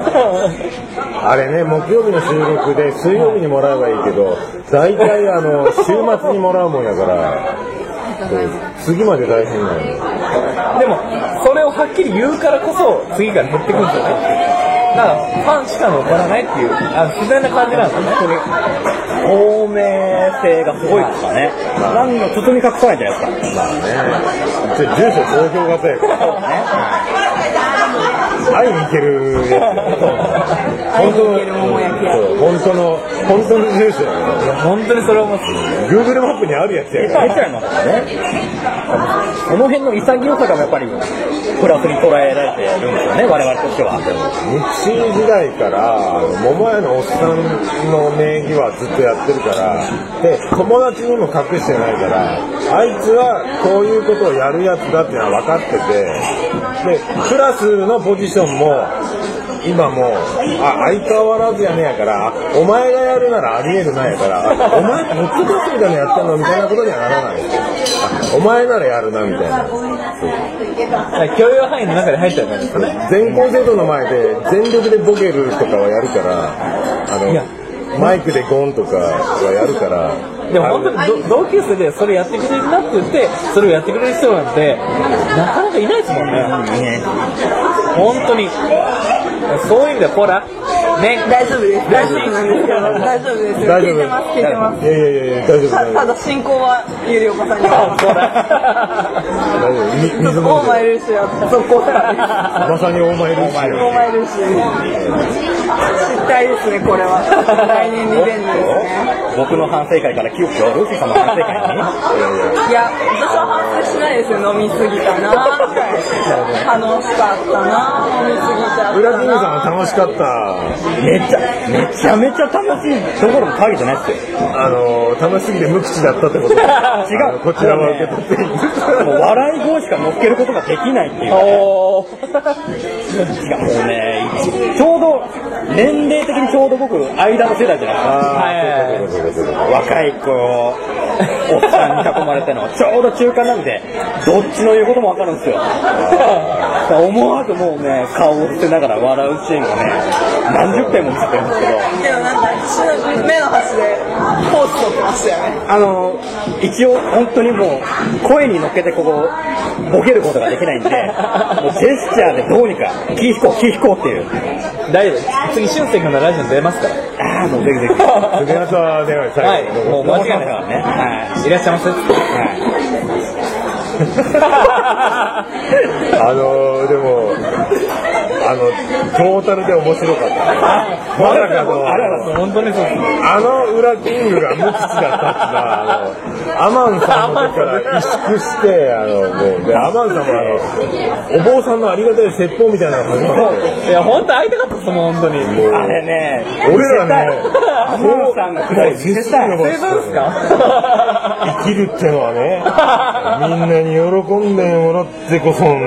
Speaker 4: ですか
Speaker 3: あれね木曜日の収録で水曜日にもらえばいいけど大体あの週末にもらうもんやからそう次まで大変なのよ
Speaker 4: でもそれをはっきり言うからこそ次から減ってくるんじゃないだからファンしか残らないっていうあの自然な感じなんですよね
Speaker 2: 透明性がすごいですからね。何の包み隠さないじゃないですか。
Speaker 3: ちょ住所公表型やから会いに行けるやつ
Speaker 1: 会いに
Speaker 3: 本当
Speaker 1: 行ける桃焼き屋
Speaker 3: そう本当の本当の住所やか
Speaker 4: 本当にそれを思って
Speaker 3: ら Google マップにあるやつやから
Speaker 2: 出ちゃいますからね。その辺の潔さがやっぱりプラスに捉えられてるんですよね、我々としては。
Speaker 3: 日清時代からあの桃屋のおっさんの名義はずっとやってるからで友達にも隠してないからあいつはこういうことをやるやつだっていうのは分かっててでクラスのポジションも今もうあ相変わらずやねやからあお前がやるならありえるなやからあお前ポッドキャストみたいなのやってんのみたいなことにはならないあお前ならやるなみたいな
Speaker 4: 許容範囲の中で入っちゃうからですね
Speaker 3: 全校生徒の前で全力でボケるとかはやるからあ
Speaker 4: いや
Speaker 3: のマイクでゴンとかはやるから
Speaker 4: でも本当にど同級生でそれやってくれるなって言ってそれをやってくれる人なんてなかなかいないですもんね本当にそういう意味ではほらね
Speaker 1: 大丈夫です。大丈夫なんですけど、大丈夫ですよ。
Speaker 3: 大丈夫
Speaker 1: 聞いてます、聞いてま
Speaker 3: いやいやいやいや大丈
Speaker 1: す。
Speaker 3: 夫
Speaker 1: た
Speaker 3: 大
Speaker 1: た
Speaker 3: 丈
Speaker 1: だ進行はゆりおかさんに
Speaker 4: あほ
Speaker 1: は。
Speaker 4: ら
Speaker 3: 夫み水飲んで
Speaker 1: オーマイルーシーは続行から。
Speaker 3: まさに大前ルーシ
Speaker 1: オーマイルーシー。失態ですね、これは。来年リベンジですね。
Speaker 2: 僕の反省会から急遽ルーシーさんの反省会
Speaker 1: い
Speaker 2: に。
Speaker 1: や、私は反省しないですよ。飲みすぎたなぁ。楽しかったなぁ。飲みすぎちゃったなぁ。
Speaker 3: 裏地さんは楽しかった
Speaker 2: めちゃ、めちゃめちゃ楽しいところの会議じゃないですよ。
Speaker 3: あの楽しすぎて無口だったってこと違
Speaker 2: 違う
Speaker 3: こちらは受け取っていい
Speaker 2: もう笑い声しか乗っけることができないっていう。
Speaker 4: おー
Speaker 2: しかもね、一ちょうど、年齢的にちょうど僕、間の世代じゃないですか。
Speaker 4: はい
Speaker 3: そういうことそういうこ
Speaker 2: 若い子を、おっさんに囲まれての、ちょうど中間なんで、どっちの言うこともわかるんですよ。だから思わずもうね、顔を捨てながら笑うシーンがね、何十回も映ってるんですけど、
Speaker 1: けどなんか、私の目の端でポーズ取ってましたよね。
Speaker 2: あの、一応本当にもう、声に乗っけてここ、ボケることができ ないんで、もうジェスチャーでどうにか、気引こう、気引こうっていう。
Speaker 4: 大丈夫次俊くんのラジオに出ますから
Speaker 2: ああ、もうぜひぜひ。
Speaker 3: と次の人は出ない
Speaker 4: は
Speaker 3: 最後
Speaker 4: いもう間違いないからね
Speaker 2: ね。はい。
Speaker 4: いらっしゃいませ
Speaker 3: あのー、でもあのトータルで面白かったまさかの
Speaker 4: あらら本当にそうです
Speaker 3: あの裏キングが無口だったってな、あの、アマンさんの時から萎縮して、あの、もう、で、アマンさんもあの、お坊さんのありがたい説法みたいなのが始まって
Speaker 4: いや本当会いたかったですもん本当に
Speaker 3: もう
Speaker 2: あれね、
Speaker 3: 俺らね
Speaker 2: アモンさんがくらい見せたい。
Speaker 4: えそう ですか
Speaker 3: 生きるってのはね、みんなに喜んでもらってこそん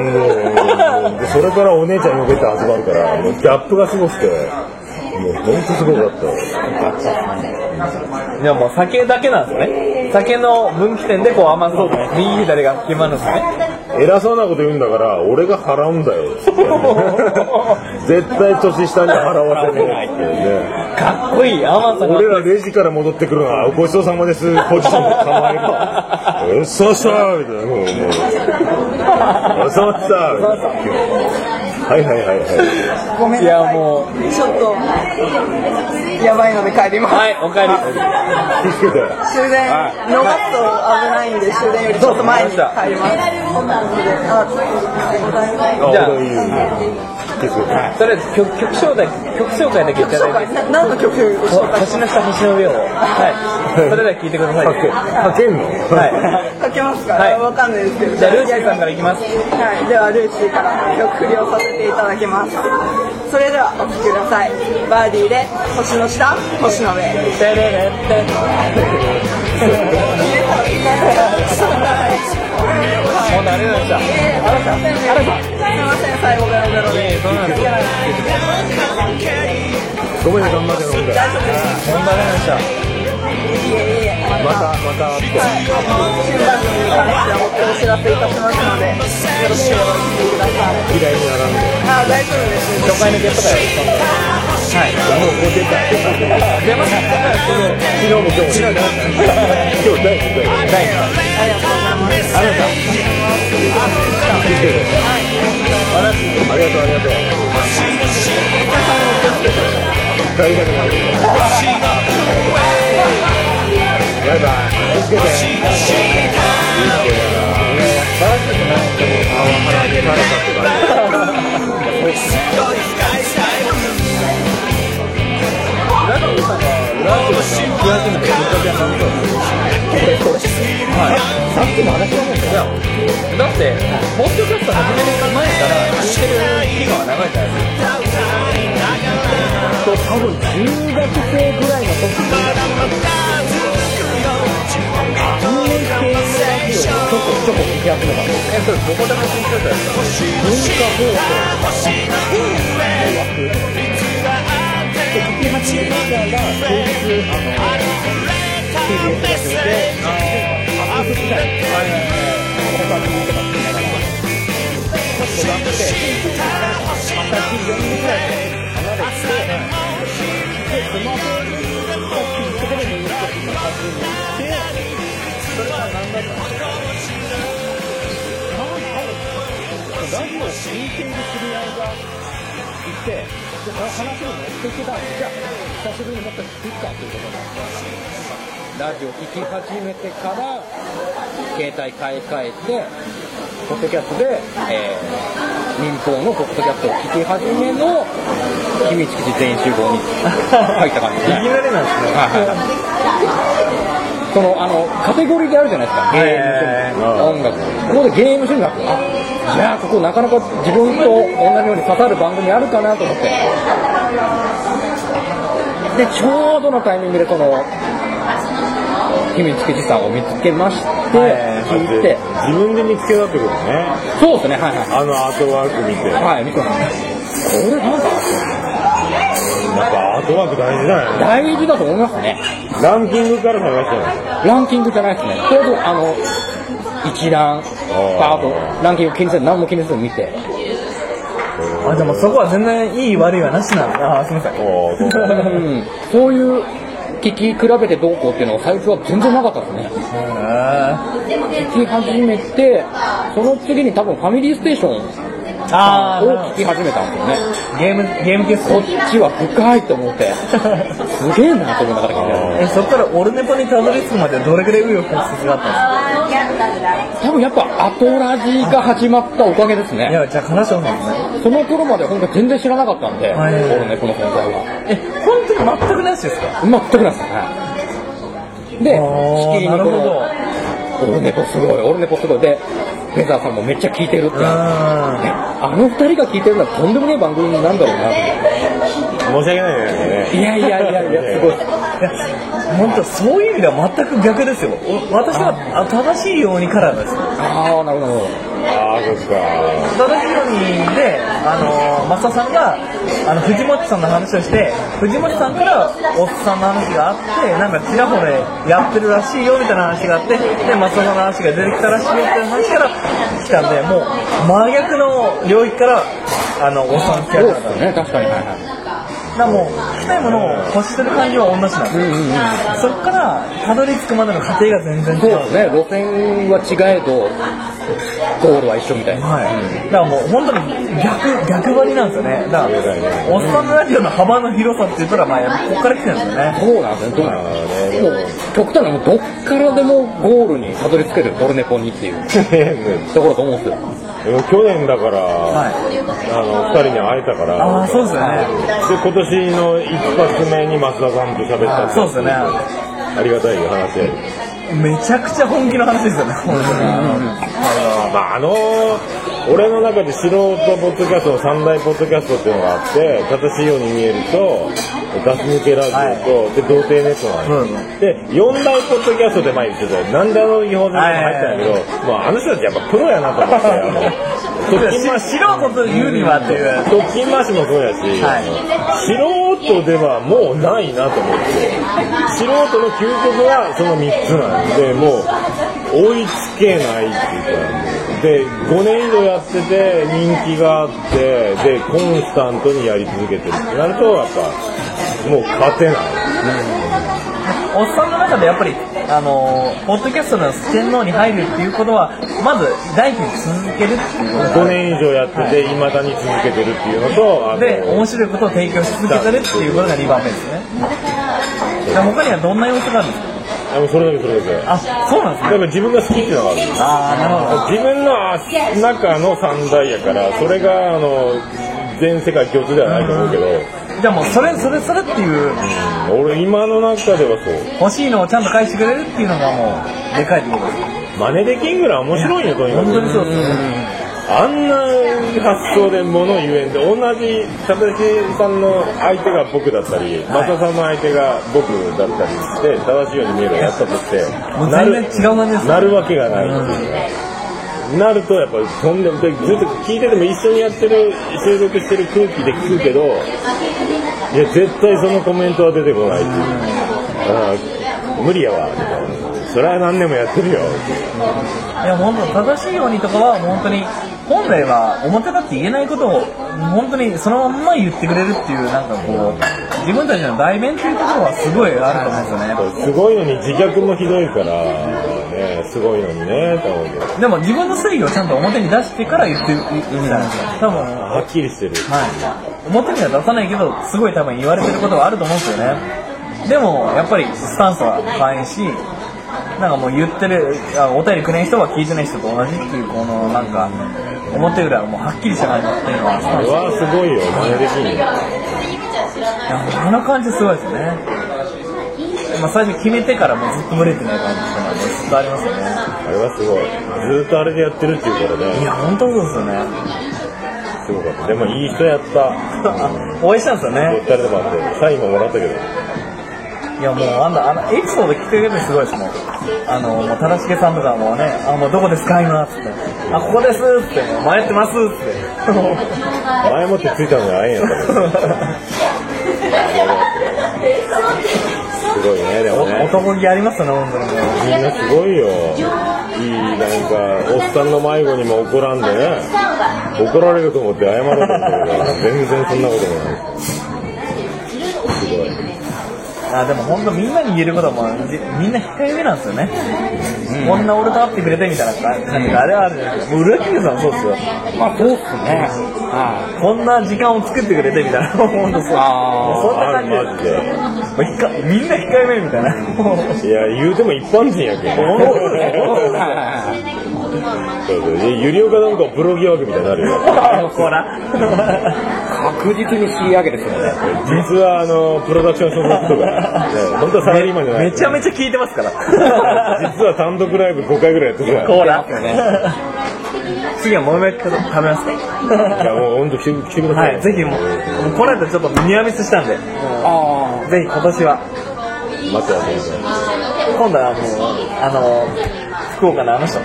Speaker 3: で、でそれからお姉ちゃん呼べて集まるから、もうギャップがすごくて、もう本当すごかった。
Speaker 4: いやもう酒だけなんですね酒の分岐点でこう甘そう右左が決まるんですね
Speaker 3: 偉そうなこと言うんだから俺が払うんだよっつって絶対年下に払わせねえっていうね
Speaker 4: かっこいい甘さが
Speaker 3: 俺らレジから戻ってくるのはごちそうさまですポジションで構えるからよっしゃよっしゃみたいなもうもう収まったはいはいはいは
Speaker 1: ごめん
Speaker 4: い
Speaker 1: な
Speaker 4: や
Speaker 1: さい。
Speaker 4: もう
Speaker 1: ちょっと、やばいので帰ります。
Speaker 4: はいおかえり
Speaker 3: い気をつけては
Speaker 1: 終電、逃すと危ないんで、終電よりちょっと前に帰ります。あ
Speaker 4: じゃあ
Speaker 3: 俺いい気をつけて
Speaker 4: とりあえず曲曲紹介曲紹介だけいた
Speaker 1: 曲紹
Speaker 4: だい
Speaker 1: 介
Speaker 4: て
Speaker 1: な何の曲を紹介し
Speaker 4: 星の下星の上をはいそれでは聞いてください
Speaker 3: かけかけんの
Speaker 4: はい
Speaker 1: かけますか、
Speaker 4: はい
Speaker 1: わかんないですけど
Speaker 4: じゃあルーシーさんからいきます
Speaker 1: はい、ではルーシーから曲振りをさせていただきますそれではお聴きくださいバーディーで星の下星の上
Speaker 4: テレレテ
Speaker 1: すいません最
Speaker 4: もう慣れました
Speaker 1: 後ベロベロで
Speaker 4: ええそうなんです
Speaker 3: ごめんね、頑張って飲んで。
Speaker 1: 大丈夫です
Speaker 4: もう慣れました
Speaker 1: いえいえ
Speaker 3: また、また会って。
Speaker 1: はい、新番組に関してはもっとお知らせいたしますので、よろしくお聞きください。
Speaker 3: 嫌いにならんで。
Speaker 1: あ、大丈夫です。
Speaker 4: 初回のゲスト会はい
Speaker 3: もうこう出た。
Speaker 4: 出ます
Speaker 3: 昨日も今日も。今日第一回。
Speaker 4: 第2
Speaker 1: ありがとうございます。
Speaker 4: あなた
Speaker 3: ありがとう、ありがとう。帰りたくない。バイバイ。気をつけて。気をつけてな。バラしてないと思う。あ、腹出られたって感じ。
Speaker 4: だって、ポッドキャスト始める前から聞いてる期間は長いじゃないですか。多分中学生ぐらいの時に、10年生ぐらいの時にちょこちょこ聞き始めたんですえ、それどこでも聞いてたやつ
Speaker 7: ラジオ聞き始めてから携帯買い替えてポッドキャストで、えー民放のポッドキャストを聞き始めの「秘密基地全員集合」に入った感じですね
Speaker 4: いきなりなんですね。
Speaker 7: そのあのカテゴリーであるじゃないですかゲームと音楽ここでゲーム趣味だったあじゃあここなかなか自分と同じように刺さる番組あるかなと思ってでちょうどのタイミングでこの秘密基地さんを見つけまして聞いて
Speaker 3: 自分で見つけたってことね。
Speaker 7: そうですねはいはい
Speaker 3: あのアートワーク見て。やっ
Speaker 7: はい見てますこれなんか
Speaker 3: ぱアートワーク大事だよね。
Speaker 7: 大事だと思いますね
Speaker 3: ランキングから探したの。
Speaker 7: ランキングじゃないですね。とりあえず、あの、一覧、パート、ランキング気にせず、何も気にせず見て。
Speaker 4: あ、でもそこは全然いい悪いはなしなんだ。あ、すみません。
Speaker 3: おー、そう
Speaker 7: う。ん、そういう、聞き比べてどうこうっていうのは最初は全然なかったですね。聞き始めて、その次に多分ファミリーステーションを
Speaker 4: あ
Speaker 7: 聞き始めたんですよね。
Speaker 4: ゲーム、ゲーム
Speaker 7: こっちは深いと思って、すげえなと思いながら聞いてま
Speaker 4: え、そこからオルネポにたどり着くまでどれぐらい紆余曲折があったんですか
Speaker 7: す。多分やっぱアトラジが始まったおかげです
Speaker 4: い
Speaker 7: ね。
Speaker 4: や、じゃあ、金賞なんですね。
Speaker 7: その頃まで本当全然知らなかったんで、
Speaker 4: はい
Speaker 7: 俺ね、この本当は。
Speaker 4: え、本当に全くなしですか
Speaker 7: 全くないですね。で、しきりに
Speaker 4: なる
Speaker 7: こ
Speaker 4: ほ
Speaker 7: の
Speaker 4: ど。、
Speaker 7: オルネポすごい、オルネポすごい。で、フェザーさんもめっちゃ聞いてるって。
Speaker 4: うん。
Speaker 7: あの二人が聞いてるのはとんでもねえ番組なんだろうな。い
Speaker 3: 申し訳ないね。
Speaker 7: やいやいやいや、すごい。
Speaker 4: いや、本当そういう意味では全く逆ですよ。お私はあ正しいようにからです。
Speaker 7: ああ、なるほど。
Speaker 3: ああ、そっか。
Speaker 4: 正しいようにで、あのー、増田さんが、あの、藤本さんの話をして、藤本さんからおっさんの話があって、なんかちらほらやってるらしいよみたいな話があって、で、増田さんの話が出てきたらしいよっていう話から来たんで、もう真逆の領域から、あの、おっさんキャ
Speaker 7: そう
Speaker 4: ラ
Speaker 7: で
Speaker 4: だ
Speaker 7: す
Speaker 4: った
Speaker 7: よね、確かに。はいは
Speaker 4: だからもう、聞きたいものを欲してる感じは同じなんですよ。そこから、たどり着くまでの過程が全然違
Speaker 7: い。そう
Speaker 4: う
Speaker 7: で。すね、路線は違えど、ゴールは一緒みたいな。
Speaker 4: はい。だからもう、本当に逆、逆張りなんですよね。だから、おっさんのラジオの幅の広さって言ったら、まあ、こっから来てるんですよね。
Speaker 7: そうなんですね、どうもう、極端な、もうどっからでもゴールにたどり着ける、オルネポにっていうところだと思うんですよ。
Speaker 3: でも去年だから、
Speaker 4: はい。
Speaker 3: あの、二人に会えたから。
Speaker 4: ああ、そうですよね。
Speaker 3: で、今年の一発目に増田さんと喋った
Speaker 4: あ
Speaker 3: って
Speaker 4: そうですよね。
Speaker 3: ありがたい話やで。
Speaker 4: めちゃくちゃ本気の話ですよね。
Speaker 3: まあ、あの俺の中で素人ポッドキャスト三大ポッドキャストっていうのがあって形ように見えるとガス抜けラジオと、で童貞ネットなんです、で四大ポッドキャストで前言ってたなんであの違法人入ったんだけど、まあ、あの人たちやっぱプロやなと思ってあの特訓マシ
Speaker 4: 素人と言うにはっていう。
Speaker 3: 特勤回しもそうやし、素人ではもうないなと思って素人の究極はその3つなんでもう追いつけないっていうかで5年以上やってて人気があってでコンスタントにやり続けてるってなるとやっぱもう勝てない
Speaker 4: おっさんの中でやっぱり、あのー、ポッドキャストの天皇に入るっていうことは、まず、第一に続けるっていうこと。
Speaker 3: 5年以上やってていまだに続けてるっていうのとあの
Speaker 4: で、面白いことを提供し続けてるっていうことが2番目ですね。で他にはどんな要素があるんですか
Speaker 3: あもうそれだけそれだけだか
Speaker 4: あ、そうなんですね。
Speaker 3: ら自分が好きっていうのがある
Speaker 4: あー、なるほど。
Speaker 3: 自分の中の三大やからそれがあの全世界共通ではないと思うけど、
Speaker 4: じゃあもう、それ、それ、それっていう、
Speaker 3: 俺今の中ではそう
Speaker 4: 欲しいのをちゃんと返してくれるっていうのがもう、でかいってことです。
Speaker 3: 真似できんぐらい面白いよとにかく
Speaker 4: 本当にそうですね。
Speaker 3: あんな発想で物言えんで同じたたしさんの相手が僕だったり松田さんの相手が僕だったりして正しいように見えるやったとして
Speaker 4: もう
Speaker 3: な
Speaker 4: 全
Speaker 3: る
Speaker 4: 然違う感じですね
Speaker 3: なるわけがないっていうかなるとやっぱとんでもずっと聞いてても一緒にやってる収録してる空気で聞くけどいや絶対そのコメントは出てこないっていうあ無理やわみたいなそれは何年もやってるよ
Speaker 4: いや本当正しいようにとかは本当に本来は表だって言えないことを本当にそのまんま言ってくれるっていうなんかこう自分たちの代弁っていうところはすごいあると思うんですよ
Speaker 3: す
Speaker 4: ね
Speaker 3: ごいのに自虐もひどいから、ね、すごいのにねと思うけど
Speaker 4: でも自分の正義をちゃんと表に出してから言ってるみたいな多分
Speaker 3: はっきりしてる
Speaker 4: はい表には出さないけどすごい多分言われてることはあると思うんですよねでもやっぱりスタンスは変えんしなんかもう言ってるあお便りくれん人は聞いてない人と同じっていうこのなんか表裏がもうはっきりしてないっていうのはスタ
Speaker 3: あ
Speaker 4: ン
Speaker 3: れ
Speaker 4: ス
Speaker 3: はすごいよ真似できんよ
Speaker 4: いやこの感じすごいですね、まあ、最初決めてからもうずっとブレてない感じっていうのはねずっとありますよね
Speaker 3: あれはすごいずーっとあれでやってるっていうから
Speaker 4: い
Speaker 3: ね
Speaker 4: や本当そうですよね
Speaker 3: すごかったでもいい人やった
Speaker 4: あお会いしたんですよね
Speaker 3: 誰でもあってサインももらったけど
Speaker 4: いやもうあんなあのエピソード聞くだけですごいですもんあのもう正しげさんとかもうね「あもうどこですか今」っつって「あここです」っつって「迷ってます」っつってもう
Speaker 3: 前もってついたのに会えんやったからすごいねでもね
Speaker 4: 男気ありますよね本当にもう
Speaker 3: みんなすごいよいいなんかおっさんの迷子にも怒らんでね怒られると思って謝ろうと思ったけど全然そんなこともないすごい
Speaker 4: あでも本当みんなに言えることもじみんな控えめなんですよね、こんな俺と会ってくれてみたいな感じがあれはあるじゃないですかもう裏切りさんもそうですよ
Speaker 7: まあそうっすねは
Speaker 4: こんな時間を作ってくれてみたいな本当そう
Speaker 7: あ
Speaker 4: そんな
Speaker 3: ある
Speaker 4: 感じ
Speaker 3: マジ
Speaker 4: で
Speaker 3: で
Speaker 4: もうひかみんな控えめみたいなもう
Speaker 3: いや、言うても一般人やけん。
Speaker 7: ー
Speaker 3: そうそうえゆりおかなんかプロ疑惑みたいになるよ。
Speaker 4: ほら
Speaker 7: 確実に引き上げですよね
Speaker 3: 実は、あの、プロダクション所属とか、ね本当はサラリーマンじゃない。
Speaker 4: めちゃめちゃ聞いてますから
Speaker 3: 実は単独ライブ5回ぐらいやってるから。
Speaker 4: ほら 次はもめっか食べますか
Speaker 3: いや、もう本当来て来てくださ。
Speaker 4: は いいぜひもうもうこの間ちょっとニアミスしたんでぜ
Speaker 7: ああ
Speaker 4: ひ今年は
Speaker 3: 待ってますね。
Speaker 4: 今度はもうあの福岡のあの人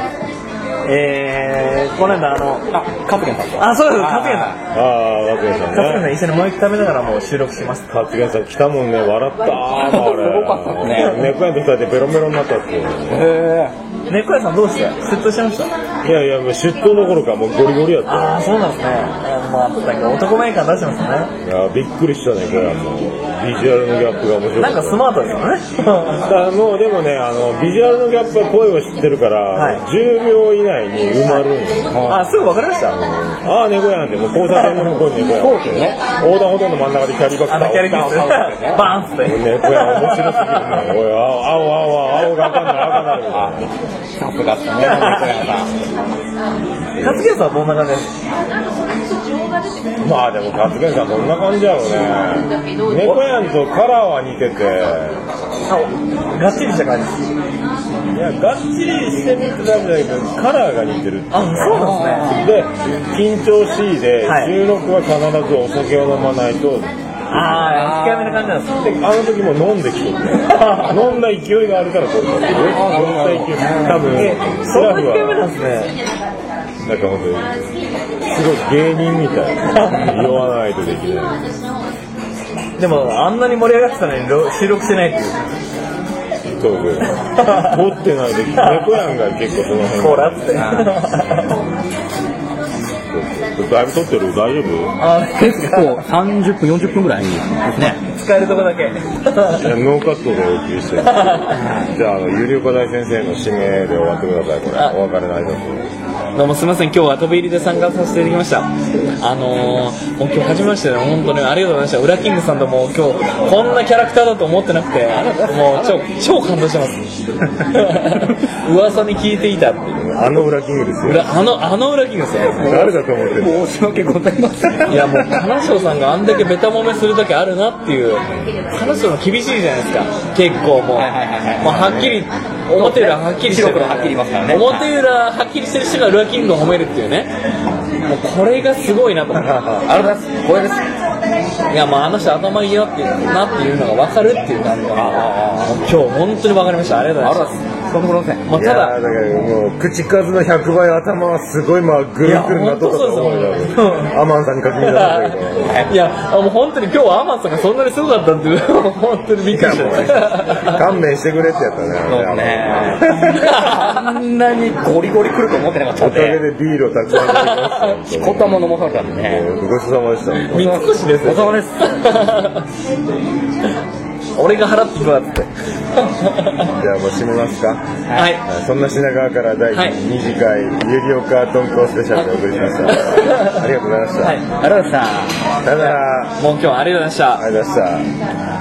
Speaker 4: えー、この間あの
Speaker 7: あカズケンさんと
Speaker 4: あそうですカツケンさん
Speaker 3: ああ、松谷さん
Speaker 4: カツケンさん
Speaker 3: ね。
Speaker 4: 一緒にもう一回食べながらもう収録します
Speaker 3: 勝家さん来たもんね、笑ったー、 あれ。
Speaker 7: すごかったっすね
Speaker 3: 猫屋の人だってベロベロになったっすよね。
Speaker 7: へえ
Speaker 4: 猫屋さんどうして出頭しました
Speaker 3: いやいや、もう出頭どころか、もうゴリゴリやったよ。
Speaker 4: ああそうなんですねまあなんか男前感出してますね
Speaker 3: いや、びっくりしたね、これはもう。ビジュアルのギャップが面白か
Speaker 4: な
Speaker 3: っ
Speaker 4: ん
Speaker 3: た
Speaker 4: かスマートですよね
Speaker 3: だからもうでもねあのビジュアルのギャップは声を知ってるから、
Speaker 4: はい
Speaker 3: 10秒以内に埋まるんよ、
Speaker 4: あすぐ分かりました
Speaker 3: ああ猫屋なんてもう交差点の向こうに猫屋
Speaker 7: そうですよね
Speaker 3: 横断歩道の真ん中でキャリバッグ
Speaker 4: あのキャリキ
Speaker 3: 倒
Speaker 4: ャ
Speaker 3: し
Speaker 4: ス
Speaker 3: た
Speaker 4: バーンっつって
Speaker 3: 猫屋面白すぎるねおい青青青青が赤になる赤になる
Speaker 7: さすがっすね猫屋さん
Speaker 4: カツケンさんはどんな感じです
Speaker 3: まあでもガツケンさんどんな感じやろうね猫やんとカラーは似てて
Speaker 2: がっちりした感じ。
Speaker 3: いや、がっちりしてるってだけじゃないけど、カラーが似てる。
Speaker 4: あ、そうなんですね。
Speaker 3: で、緊張しいで、
Speaker 4: はい
Speaker 3: 収録は必ずお酒を飲まないと、
Speaker 4: ああ、控えめな感じなんですね。
Speaker 3: であの時も飲んできてる飲んだ勢いがあるからこういうの飲んだ勢い多分ス
Speaker 4: そん
Speaker 3: ラ
Speaker 4: な
Speaker 3: フ
Speaker 4: 控えめな
Speaker 3: は
Speaker 4: んですね。
Speaker 3: なんか本当にすごい芸人みたい酔わないとできない
Speaker 4: でも、あんなに盛り上がってたのにろ収録してないっていう。
Speaker 3: トーク撮ってない時猫やんが結構その辺
Speaker 4: こらっつって。
Speaker 3: だいぶ撮ってる大丈夫
Speaker 4: あ
Speaker 7: 結構30分40分ぐらいね
Speaker 4: 使えるとこだけ。
Speaker 3: いやノーカットでお送りしてるじゃああの有料課題先生の指名で終わってくださいこれ
Speaker 4: あ
Speaker 3: お別れの挨拶
Speaker 4: どうもすみません、今日は飛び入りで参加させていただきました。あのー、もう今日初めましてで、本当にありがとうございました。ウラキングさんともう今日、こんなキャラクターだと思ってなくて、もう超、超感動してます。噂に聞いていたっていう。
Speaker 3: をあの裏キングですよ
Speaker 4: 裏あの、あのウラキングさん。
Speaker 3: 誰だと思ってる
Speaker 7: 申し訳ございませ ん
Speaker 4: いやもう、金賞さんがあんだけベタ揉めするときあるなっていう、金賞の厳しいじゃないですか、結構もう、もう
Speaker 7: いはいはいはい
Speaker 4: はっきり、表裏はっきりしてる、
Speaker 7: 白黒はっきり言いますからね
Speaker 4: 表裏はっきりしてる人がルアキングを褒めるっていうね、もうこれがすごいなと思って、
Speaker 7: ありがとうございます光栄です
Speaker 4: いやもうあの人、頭いいなっていうなっていうのが分かるっていう感じが、もう今日、本当に分かりました、ありがとう
Speaker 7: あ
Speaker 4: ございま
Speaker 7: りがとうござい
Speaker 4: し
Speaker 7: ますとんでもござい
Speaker 4: た。も
Speaker 7: ま
Speaker 3: い
Speaker 4: うた
Speaker 3: や
Speaker 4: だ
Speaker 3: ーだからもう口数の100倍頭はすごいまあぐるぐるなっとったと思う
Speaker 4: いや本当そうです
Speaker 3: よ
Speaker 4: よ
Speaker 3: アマンさんに確認だったけど
Speaker 4: いや、もう本当に今日はアマンさんがそんなにすごかったっていう、 本当にびっくりし
Speaker 3: い
Speaker 4: た。
Speaker 3: 勘弁してくれってやったね
Speaker 7: せんあんなにゴリゴリ来ると思ってなかった
Speaker 3: お
Speaker 7: ん
Speaker 3: かげ
Speaker 7: で
Speaker 3: でビールをたくさん飲みました
Speaker 7: こたも飲まされたんでね
Speaker 3: ごちそうさまでし
Speaker 4: 三越です
Speaker 7: お疲れ様です
Speaker 4: 俺が払っていくわっつって
Speaker 3: たじゃあもう締めますか
Speaker 4: はい
Speaker 3: そんな品川から第
Speaker 4: はい
Speaker 3: 2次回有料化鈍行スペシャルでお送りしましたありがとうございました
Speaker 4: はい
Speaker 7: ありがとうございました
Speaker 3: さよなら
Speaker 4: もう今日はありがとうございました
Speaker 3: ありがとうございました